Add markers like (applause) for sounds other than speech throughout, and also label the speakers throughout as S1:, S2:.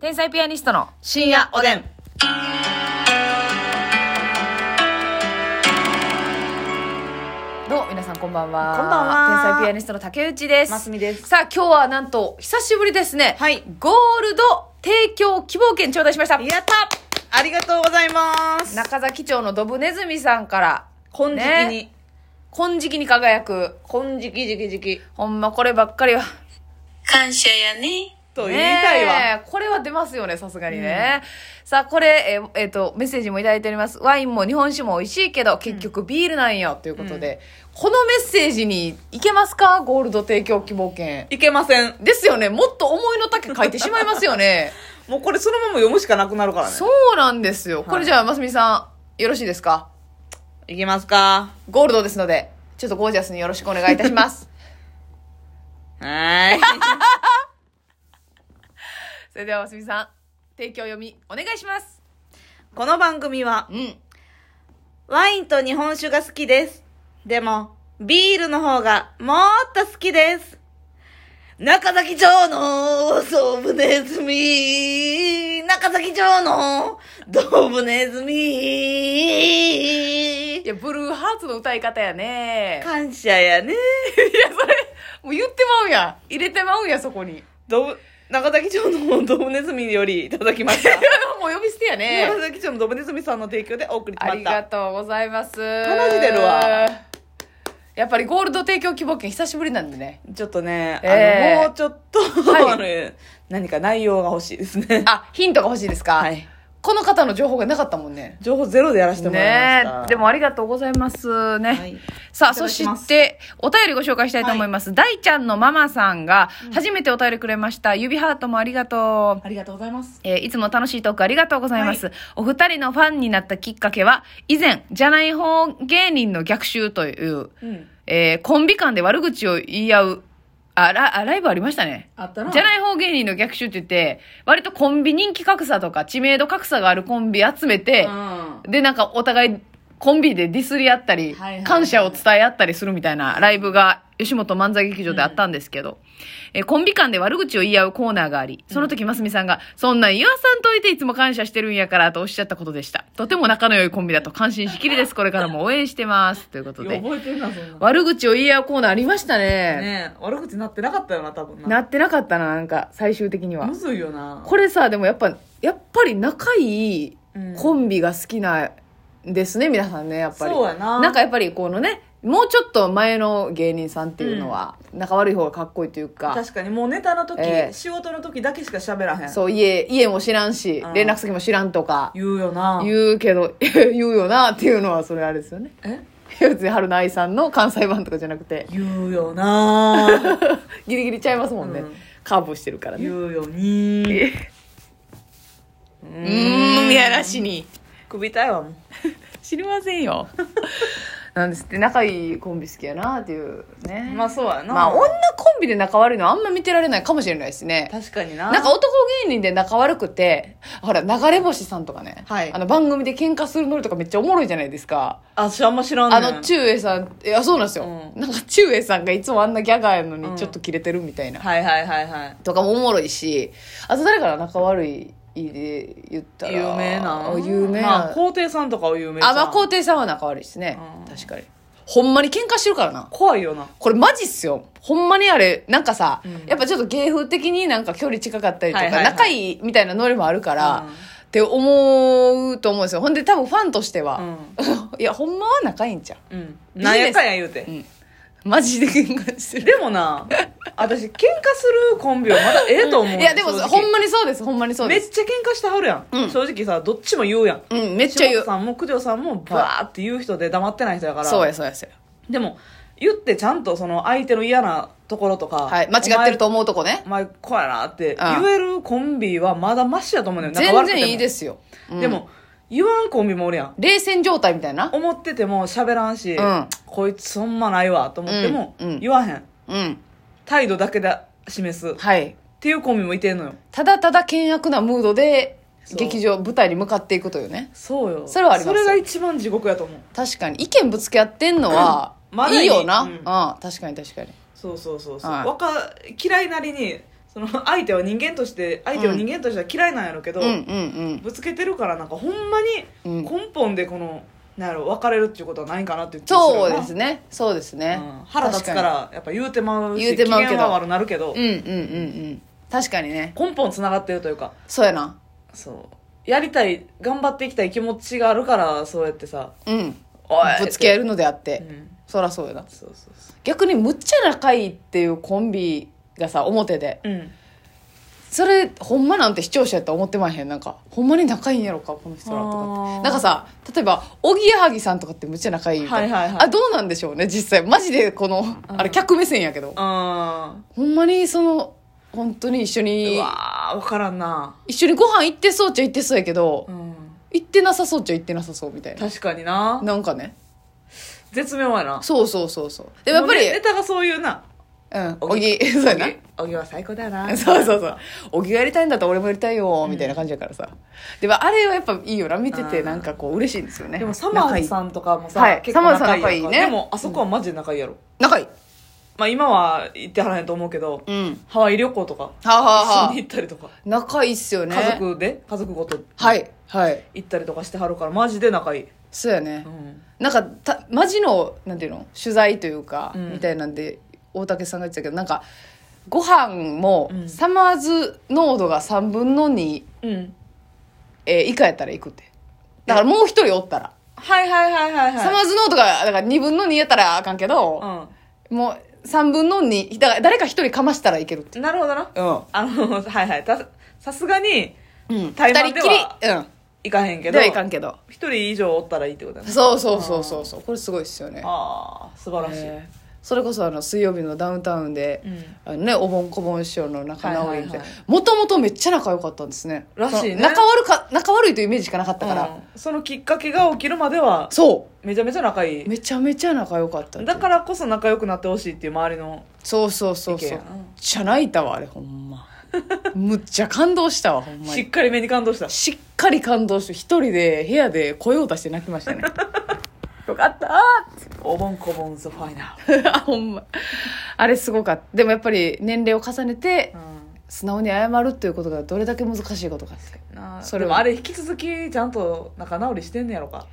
S1: 天才ピアニストの
S2: 深夜おでん。
S1: どう皆さんこんばんは
S2: こんばんは
S1: 天才ピアニストの竹内です
S2: ますみです
S1: さあ今日はなんと久しぶりですね
S2: はい
S1: ゴールド提供希望券頂戴しました
S2: やったありがとうございます。
S1: 中崎町のドブネズミさんから
S2: 金色に
S1: ね。金色に輝く
S2: 金色じきじき。
S1: ほんまこればっかりは
S3: 感謝やね。
S2: と言いたいわ。
S1: ねえこれは出ますよね、さすがにね。さあ、これ、えーえーと、メッセージもいただいております。ワインも日本酒も美味しいけど、結局ビールなんよ、ということで。このメッセージにいけますかゴールド提供希望券。
S2: いけません。
S1: ですよね。もっと思いの丈書いてしまいますよ (laughs) ね。
S2: もうこれそのまま読むしかなくなるからね。
S1: そうなんですよ。これじゃあ、ますみさん、よろしいですか
S2: いけますか
S1: ゴールドですので、ちょっとゴージャスによろしくお願いいたします。
S2: は (laughs) ーい。
S1: (laughs) それでは、ますみさん、提供読み、お願いします。
S2: この番組は、
S1: うん。
S2: ワインと日本酒が好きです。でも、ビールの方がもっと好きです。中崎町のドブネズミ。中崎町のドブネズミ
S1: い。や、ブルーハーツの歌い方やね。
S2: 感謝や
S1: (laughs)
S2: ね。
S1: いや、それ、もう言ってまうんや。入れてまうんや、そこに。い
S2: ドブ、長崎町のドブネズミよりいただき
S1: (laughs)
S2: ました。
S1: や、 (laughs) もう呼び捨てやね。 (laughs)
S2: 長崎町のドブネズミさんの提供でお送りしま
S1: あ
S2: し
S1: りが
S2: た。
S1: とうございます。
S2: 鼻血出るわ。
S1: やっぱりゴールド提供希望券久しぶりなんでね。
S2: ちょっとね、
S1: えー
S2: あの、もうちょっと、
S1: は
S2: (laughs) あの、何か内容が欲しいですね。
S1: あ、ヒントが欲しいですか
S2: はい。
S1: この方の情報がなかったもんね。
S2: 情報ゼロでやらせてもら
S1: ね
S2: いました。
S1: えでもありがとうございますね。
S2: はい
S1: さあ、
S2: いた
S1: そ
S2: だき
S1: し
S2: ます
S1: て、お便りご紹介したいと思います。大ちゃんのママさんが、初めてお便りくれました。指ハートもありがとう。
S2: ありがとうございます。
S1: えーいつも楽しいトークありがとうございます。お二人のファンになったきっかけは、以前、じゃない方芸人の逆襲という、
S2: うん。
S1: えーコンビ間で悪口を言い合う、あ、ラあライブありましたね。
S2: あったな。
S1: じゃない方芸人の逆襲って言って、割とコンビ人気格差とか知名度格差があるコンビ集めて、
S2: う
S1: で、なんかお互いコンビでディスり合ったり、
S2: はいはい
S1: 感謝を伝え合ったりするみたいなライブが吉本漫才劇場であったんですけど、えーコンビ間で悪口を言い合うコーナーがあり、その時ますみさんが、そんなん言わさんといていつも感謝してるんやからとおっしゃったことでした。とても仲の良いコンビだと感心しきりです。これからも応援してます。ということ
S2: ん。いや
S1: で。
S2: 覚えてるな、そんな。
S1: 悪口を言い合うコーナーありましたね。
S2: ねえ悪口なってなかったよな、多分
S1: な
S2: な。
S1: ってなかったな、なんか、最終的には
S2: む。ずいよな。
S1: これさ、でもやっぱ、やっぱり仲いいコンビが好きなんですね、皆さんね、やっぱり。
S2: そうやな。
S1: なんかやっぱりこのねもうちょっと前の芸人さんっていうのは、仲悪い方がかっこいいというか
S2: 確かにもうネタの時、
S1: ええ
S2: 仕事の時だけしか喋らへん。
S1: そう家家も知らんし
S2: うん
S1: 連絡先も知らんとか
S2: 言うよな。
S1: 言うけど (laughs) 言うよなっていうのはそれあれですよね
S2: え
S1: 別に春菜愛さんの関西版とかじゃなくて
S2: 言うよ
S1: (laughs)
S2: な
S1: ギリギリちゃいますもんね、
S2: うん
S1: カーブしてるからね
S2: 言うよにう
S1: うーんいやらしに
S2: 首痛いわもう
S1: 知りませんよなんですって仲いいコンビ好きやなっていうね
S2: まあそうやな
S1: まあ女コンビで仲悪いのはあんま見てられないかもしれないですね
S2: 確かにな
S1: なんか男芸人で仲悪くて、ほら、流れ星さんとかね、
S2: はい
S1: あの番組で喧嘩するノリとかめっちゃおもろいじゃないですか。
S2: あ私あんま知らんね
S1: あ
S2: ん
S1: の、中衛さん、いや、そうなんですよ。
S2: うん
S1: なんか中衛さんがいつもあんなギャガーやの
S2: う
S1: に
S2: ん
S1: ちょっとキレてるみたいな、
S2: はいはいはいはい
S1: とかもおもろいし、あと誰から仲悪いで言ったら。
S2: 有名な
S1: あ有名な。
S2: まあ皇帝さんとかは有名じゃん
S1: あ、まあ、皇帝さんは仲悪いですね。
S2: うん
S1: 確かに。ほんまに喧嘩してるからな。
S2: 怖いよな
S1: これマジっすよ。ほんまにあれ、なんかさ、
S2: うん
S1: やっぱちょっと芸風的になんか距離近かったりとか、
S2: はいはいはい
S1: 仲いいみたいなノリもあるから、
S2: うん
S1: って思うと思うんですよ。ほんで多分ファンとして
S2: う
S1: は、
S2: ん
S1: (laughs) いや、ほんまは仲いいんちゃ
S2: うんなんやかんや言うて
S1: う。うん。マジで喧嘩してる。
S2: でもな私喧嘩するコンビはまだええと思う
S1: いや、でも
S2: 正直
S1: ほんまにそうです、ほんまにそう
S2: め
S1: で
S2: っ
S1: す。
S2: ちゃ喧嘩してはるやん、
S1: うん
S2: 正直さどっちも言うやん
S1: うん、めっちゃ言
S2: 柴
S1: う
S2: 田。さんも九条さんもバーって言う人で黙ってない人やから、
S1: そうや、そうや、そうや。
S2: でも言ってちゃんとその相手の嫌なところとか、
S1: はい、間違ってると思うとこね。
S2: お前お前こうやなって
S1: ああ
S2: 言えるコンビはまだマシやと思うねん、
S1: 全然いいですすよ。
S2: うんでも言わんコンビもおるやん
S1: 冷戦状態みたいな。
S2: 思ってても喋らんし、
S1: うん
S2: こいつほんまないわと思っても
S1: うんうん
S2: 言わへん、
S1: うん。
S2: 態度だけで示すっ
S1: はい。
S2: ていうコンビもいてんのよ
S1: ただただ険悪なムードで、
S2: そう
S1: 劇場、舞台に向かっていくというね。
S2: そうよ
S1: それはありますよ
S2: それが一番地獄やと思う
S1: 確かに意見ぶつけ合ってんのは、
S2: うんまだ
S1: いい
S2: いい
S1: よな、
S2: うん
S1: うん、確かに確かに
S2: そうそうそうそう、
S1: はい
S2: わか嫌いなりにその相手は人間として相手を人間としては嫌いなんやろうけど、
S1: うんうん
S2: ぶつけてるからなんかほんま
S1: うん
S2: に根本でこの、なんやろ別れるっていうことはないんかなって言って
S1: そうです
S2: ね、
S1: ねそうですね、
S2: うん腹立つからやっぱ言うてまうし
S1: 言うてまうけど
S2: 機嫌は悪なるけど、
S1: うんうんうんうん確かにね
S2: 根本つながってるというか
S1: そうやな
S2: そうやりたい頑張っていきたい気持ちがあるからそうやってさ
S1: うん
S2: 「おい!」
S1: ぶつけ
S2: る
S1: るのであって、
S2: うん
S1: そらそうやな
S2: そうそうそ
S1: 逆にむっちゃ仲いいっていうコンビがさ表で
S2: ううん
S1: それほんまなんて視聴者やったら思ってまへんなんかほんまに仲いいんやろかこの人らとかっ
S2: あー
S1: てなんかさ例えばおぎやはぎさんとかってむっちゃ仲いいみたいな、
S2: はいはいはい
S1: あどうなんでしょうね実際マジでこのあれ客目線やけど
S2: あ
S1: ほんまにその本当に一緒
S2: ーう
S1: に
S2: わー分からんな
S1: 一緒にご飯行ってそうっちゃ行ってそうやけど、
S2: うん
S1: 行ってなさそうっちゃ行ってなさそうみたいな
S2: 確かにな
S1: なんかね
S2: 絶妙やな
S1: そうそうそうそうでもやっぱり
S2: もうねネタがそういうな
S1: うん
S2: お
S1: お
S2: ぎ
S1: ぎ (laughs) そうやな
S2: おぎは最高だよ
S1: (laughs)
S2: な
S1: そうそうそう。おぎがやりたいんだったら俺もやりたいよ、みたいな感じだからさ。でもあれはやっぱいいよな。見ててなんかこう嬉しいんですよね。
S2: でもサマーズ
S1: ん。
S2: さんとかもさ、
S1: はい
S2: 結構仲いい
S1: サマーズさん仲いい
S2: やん
S1: ね
S2: かでもあそこはマジで仲いいやろ、
S1: 仲いい。
S2: まあ今は行ってはらへんと思うけど、
S1: うん。
S2: ハワイ旅行とか
S1: はあ、はあ
S2: 一緒
S1: は
S2: (laughs) に行ったりとか、
S1: あ、仲いいっすよね。
S2: 家。族で家族ごと
S1: はい。はい。
S2: 行ったりとかしてはるからマジで仲いい、
S1: そうやね
S2: う。ん、
S1: なんかた、マジの、なんていうの取材というか、
S2: うん
S1: みたいなんで、大竹さんが言ってたけど、なんか、ご飯も
S2: う、ん
S1: サマーズ濃度が3分の2、
S2: うん、
S1: えー以下やったら行くって。だからもう一人おったら。
S2: はいはいはいはいはい
S1: サマーズ濃度が、だから2分の2やったらあかんけど、もう3分の2だから誰か1人かましたらいけるって
S2: うん、なるほどな
S1: うん、
S2: あのはいはいたさすがに
S1: うん、
S2: 対
S1: 2
S2: マン
S1: 人
S2: で
S1: っき
S2: は
S1: りうん
S2: 行かへんけ
S1: で
S2: ど
S1: はいか
S2: 一
S1: んけど
S2: 人以上おったらいいってことだね
S1: そうそうそうそうそうこれすごいっすよね
S2: ああ素晴らしい、
S1: えーそれこそあの水曜日のダウンタウンで、
S2: うん
S1: あのね、おぼんこぼん師匠の仲直りみたい
S2: はい
S1: な
S2: はいは
S1: もともとめっちゃ仲良かったんですね
S2: らしいね
S1: その仲悪か仲悪いというイメージしかなかったから、
S2: うんそのきっかけが起きるまでは
S1: そ
S2: めちゃめちゃ仲いうい
S1: めちゃめちゃ仲良かったって
S2: だからこそ仲良くなってほしいっていう周りの
S1: そうそうそうそ
S2: 意見
S1: う
S2: やな
S1: じゃ泣いたわあれほんまむっちゃ感動したわほんまに
S2: しっかり目に感動した
S1: しっかり感動して一人で部屋で声を出して泣きましたねよかった
S2: おぼんこぼんズファイナ
S1: ーあ (laughs) ほんまあれすごかったでもやっぱり年齢を重ねて
S2: ル、
S1: 素直に謝るっていうことがどれだけ難しいことかって
S2: なあ
S1: それ
S2: で
S1: は
S2: もあれ引き続きちゃんと仲直りしてんねやろか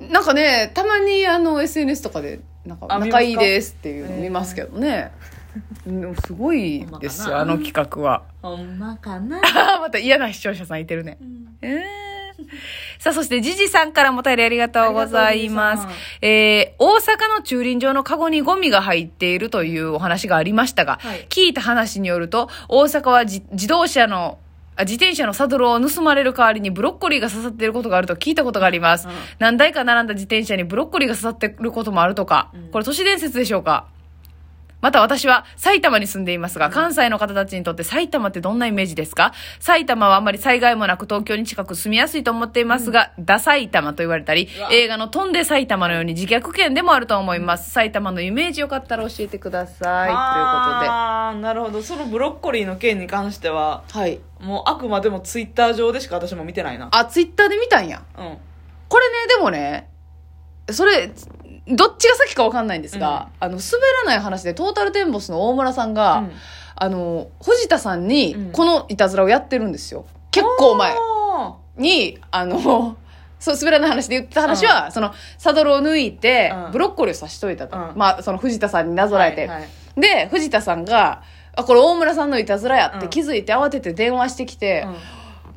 S1: なんかねたまにあの SNS とかでなんか
S2: あ
S1: 仲い
S2: 見
S1: い
S2: ますか
S1: ですっていうの見ますけどね、うんすごいですよ
S2: ほ
S1: あ
S2: んまかな
S1: の企画は (laughs)
S2: ほんまかな
S1: また嫌な視聴者さんいてるね、えーさあそしてジジさんからもお便りありがとうございます
S2: ありがとうジジ
S1: えー大阪の駐輪場のカゴにゴミが入っているというお話がありましたが、
S2: はい
S1: 聞いた話によると、大阪はじ自動車のあ自転車のサドルを盗まれる代わりにブロッコリーが刺さっていることがあると聞いたことがあります。
S2: うん
S1: 何台か並んだ自転車にブロッコリーが刺さっていることもあるとか、
S2: うん
S1: これ都市伝説でしょうかまた私は埼玉に住んでいますが、関西の方たちにとって埼玉ってどんなイメージですか埼玉はあまり災害もなく東京に近く住みやすいと思っていますが、ダ埼玉と言われたり
S2: うわ、
S1: 映画の飛んで埼玉のように自虐圏でもあると思います。埼玉のイメージよかったら教えてください。というこ
S2: ああなるほどそのブロッコリーの件に関しては
S1: とで。はい。
S2: もうあくまでもツイッター上でしか私も見てないな
S1: あ、ツイッターで見たんや。
S2: うん
S1: これね、でもね、それ、どっちが先かわかんないんですが、あの、滑らない話でトータルテンボスの大村さんが、
S2: うん
S1: あの、藤田さんに
S2: うん
S1: このいたずらをやってるんですよ。結構前。
S2: あ
S1: に、あの、そう、滑らない話で言った話は、その、サドルを抜いて、
S2: うん
S1: ブロッコリーを刺しといたと。
S2: うん
S1: まあ、その藤田さんにな
S2: ー
S1: ぞらえて。
S2: はいはい
S1: で、藤田さんが、あ、これ大村さんのいたずらやって気づいて慌てて電話してきて、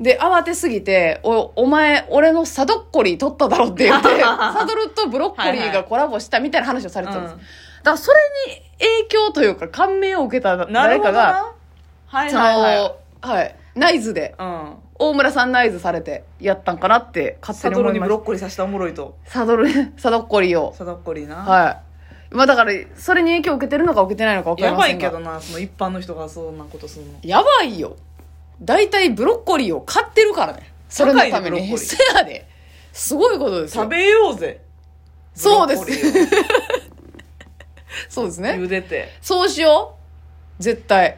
S2: うん
S1: で、慌てすぎて、お、お前、俺のサドッコリー取っただろって言
S2: (laughs)
S1: って、サドルとブロッコリーがコラボしたみたいな話をされてたんです。
S2: うん
S1: だから、それに影響というか、感銘を受けた
S2: なる
S1: 誰
S2: ほど
S1: かが、
S2: なはい
S1: そ
S2: はいはい
S1: の、はい、ナイズで、
S2: うん
S1: 大村さんナイズされてやったんかなって勝手
S2: サ
S1: に
S2: ド
S1: 思
S2: ル
S1: い
S2: に
S1: ま
S2: ブ
S1: し
S2: ロ
S1: た
S2: ッコリー刺したらおもろいと
S1: サドル (laughs) サドッコリーを
S2: サドッコリーな
S1: はいまあだからそれに影響を受けてるのか受けてないのか分かり
S2: や
S1: ま
S2: ば
S1: せ
S2: い
S1: んが
S2: けどなその一般の人がそんなことするの
S1: やばいよ大体ブロッコリーを買ってるからねそれのため
S2: 高いねブロッコ
S1: に
S2: リー
S1: せやですごいことですよ
S2: 食べようぜ
S1: そうです
S2: ブロッコリーを
S1: そうですね
S2: 茹でて
S1: そうしよう絶対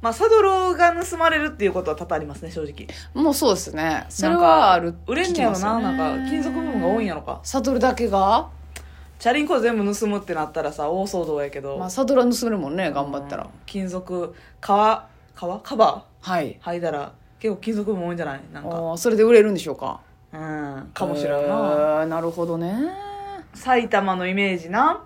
S2: まあサドルが盗まれるっていうことは多々ありますね正直
S1: もうそうですねそれ
S2: なんか
S1: はある
S2: 売れんねやろな、
S1: 聞きますよね
S2: なんか金属部分が多いんやろか
S1: サドルだけが、
S2: チャリンコ全部盗むってなったらさ大騒動やけど、
S1: まあ、サドルは盗めるもんね頑張った
S2: う
S1: ら
S2: ん金属革革カバ
S1: はい
S2: ー履いたら結構貴族も多いんじゃないなんか
S1: ああそれで売れるんでしょうか
S2: うんかもしれんな
S1: へーなるほどね
S2: 埼玉のイメージな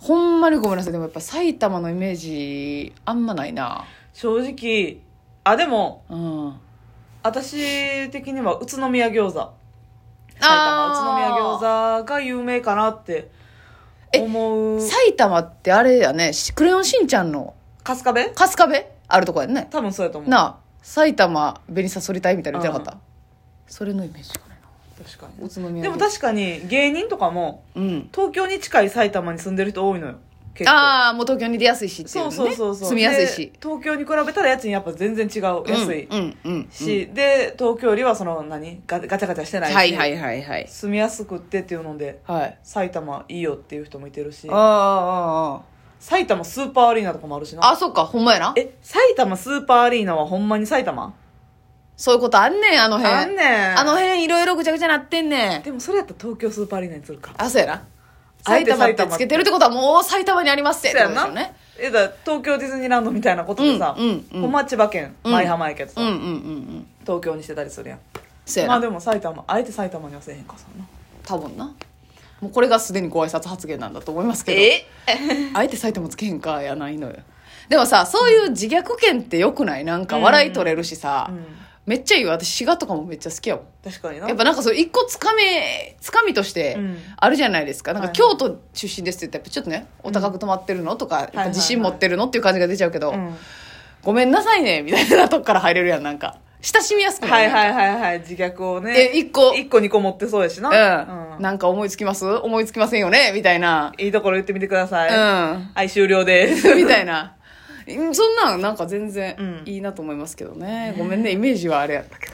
S1: ほんまにごめんなさいでもやっぱ埼玉のイメージあんまないな
S2: 正直あでも
S1: うん
S2: 私的には宇都宮餃子埼
S1: あ
S2: 玉宇都宮餃子が有名かなって思う
S1: 埼玉ってあれやねしクレヨンしんちゃんの
S2: 春日部
S1: 春日部あるとこやんね
S2: 多分そうやと思う
S1: なあ埼玉紅さそり隊みたいなのじゃなかった、それのイメージかな
S2: 確か
S1: 宇
S2: に
S1: 都宮
S2: でも確かに芸人とかも
S1: うん
S2: 東京に近い埼玉に住んでる人多いのよ結構
S1: ああもう東京に出やすいしっていう、
S2: そ
S1: ね、
S2: うそうそうそう
S1: 住みやすいし
S2: で東京に比べたら家賃やっぱ全然違う安い
S1: うんうんうん
S2: し、で東京よりはその何ガガチャガチャして
S1: う
S2: なんいし、
S1: はいはいはいはい
S2: 住みやすくってっていうので
S1: はい
S2: 埼玉いいよっていう人もいてるし
S1: あああ
S2: 埼玉スーパーアリーナとかもあるし
S1: あ
S2: な
S1: あそっかほんまやな
S2: え埼玉スーパーアリーナはほんまに埼玉
S1: そういうことあんねんあの辺
S2: あんねん
S1: あの辺いろいろぐちゃぐちゃなってんねん
S2: でもそれやったら東京スーパーアリーナにするか
S1: あそうやな
S2: あ
S1: 埼
S2: えて
S1: 玉ってつけてるってことはもう埼玉にありますって
S2: そうや
S1: ってこと
S2: な、
S1: ですよね
S2: えだから東京ディズニーランドみたいなことでさ、
S1: うんうんうん
S2: ほんまは千葉県
S1: うん
S2: 舞浜やけどさ、
S1: うんうんうんうん
S2: 東京にしてたりするやん
S1: そうや
S2: ま
S1: な、
S2: あでも埼玉あえて埼玉にはせえへんかさな
S1: 多分なもうこれがすでにご挨拶発言なんだと思いますけど
S2: え
S1: (laughs) あえて埼玉つけへんかやないのよでもさそういう自虐権ってよくないなんか笑い取れるしさ、
S2: うん
S1: めっちゃいいわ私滋賀とかもめっちゃ好きやもん
S2: 確かにな
S1: やっぱなんかそう一個つかみつかみとして
S2: うん
S1: あるじゃないですか、なんか
S2: はいは
S1: 京都出身ですって言ったらちょっとねお高く泊まってるのとかやっぱ自信
S2: はい
S1: 持
S2: はいはい
S1: ってるのっていう感じが出ちゃうけど、
S2: うん
S1: ごめんなさいねみたいなとこから入れるやんなんか親しみやすくな
S2: は
S1: るや
S2: い
S1: ん
S2: はいはいはい自虐をね
S1: で一個
S2: 一個二個持ってそうやしな
S1: うん、
S2: うん
S1: なんか思いつきます思いつきませんよねみたいな、
S2: いいところ言ってみてください、
S1: うん
S2: はい終了です
S1: (laughs) みたいな。そんなんなんか全然
S2: うん
S1: いいなと思いますけどね。ごめんね、イメージはあれやったけど。